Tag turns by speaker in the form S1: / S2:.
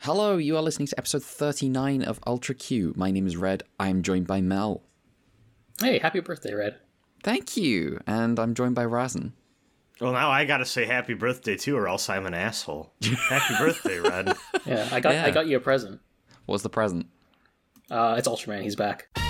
S1: Hello, you are listening to episode 39 of Ultra Q. My name is Red. I am joined by Mel.
S2: Hey, happy birthday, Red.
S1: Thank you. And I'm joined by Razin.
S3: Well, now I gotta say happy birthday too, or else I'm an asshole. Happy birthday, Red.
S2: Yeah, I got
S1: Yeah.
S2: I got you a present.
S1: What's the present?
S2: Uh, it's Ultraman. He's back.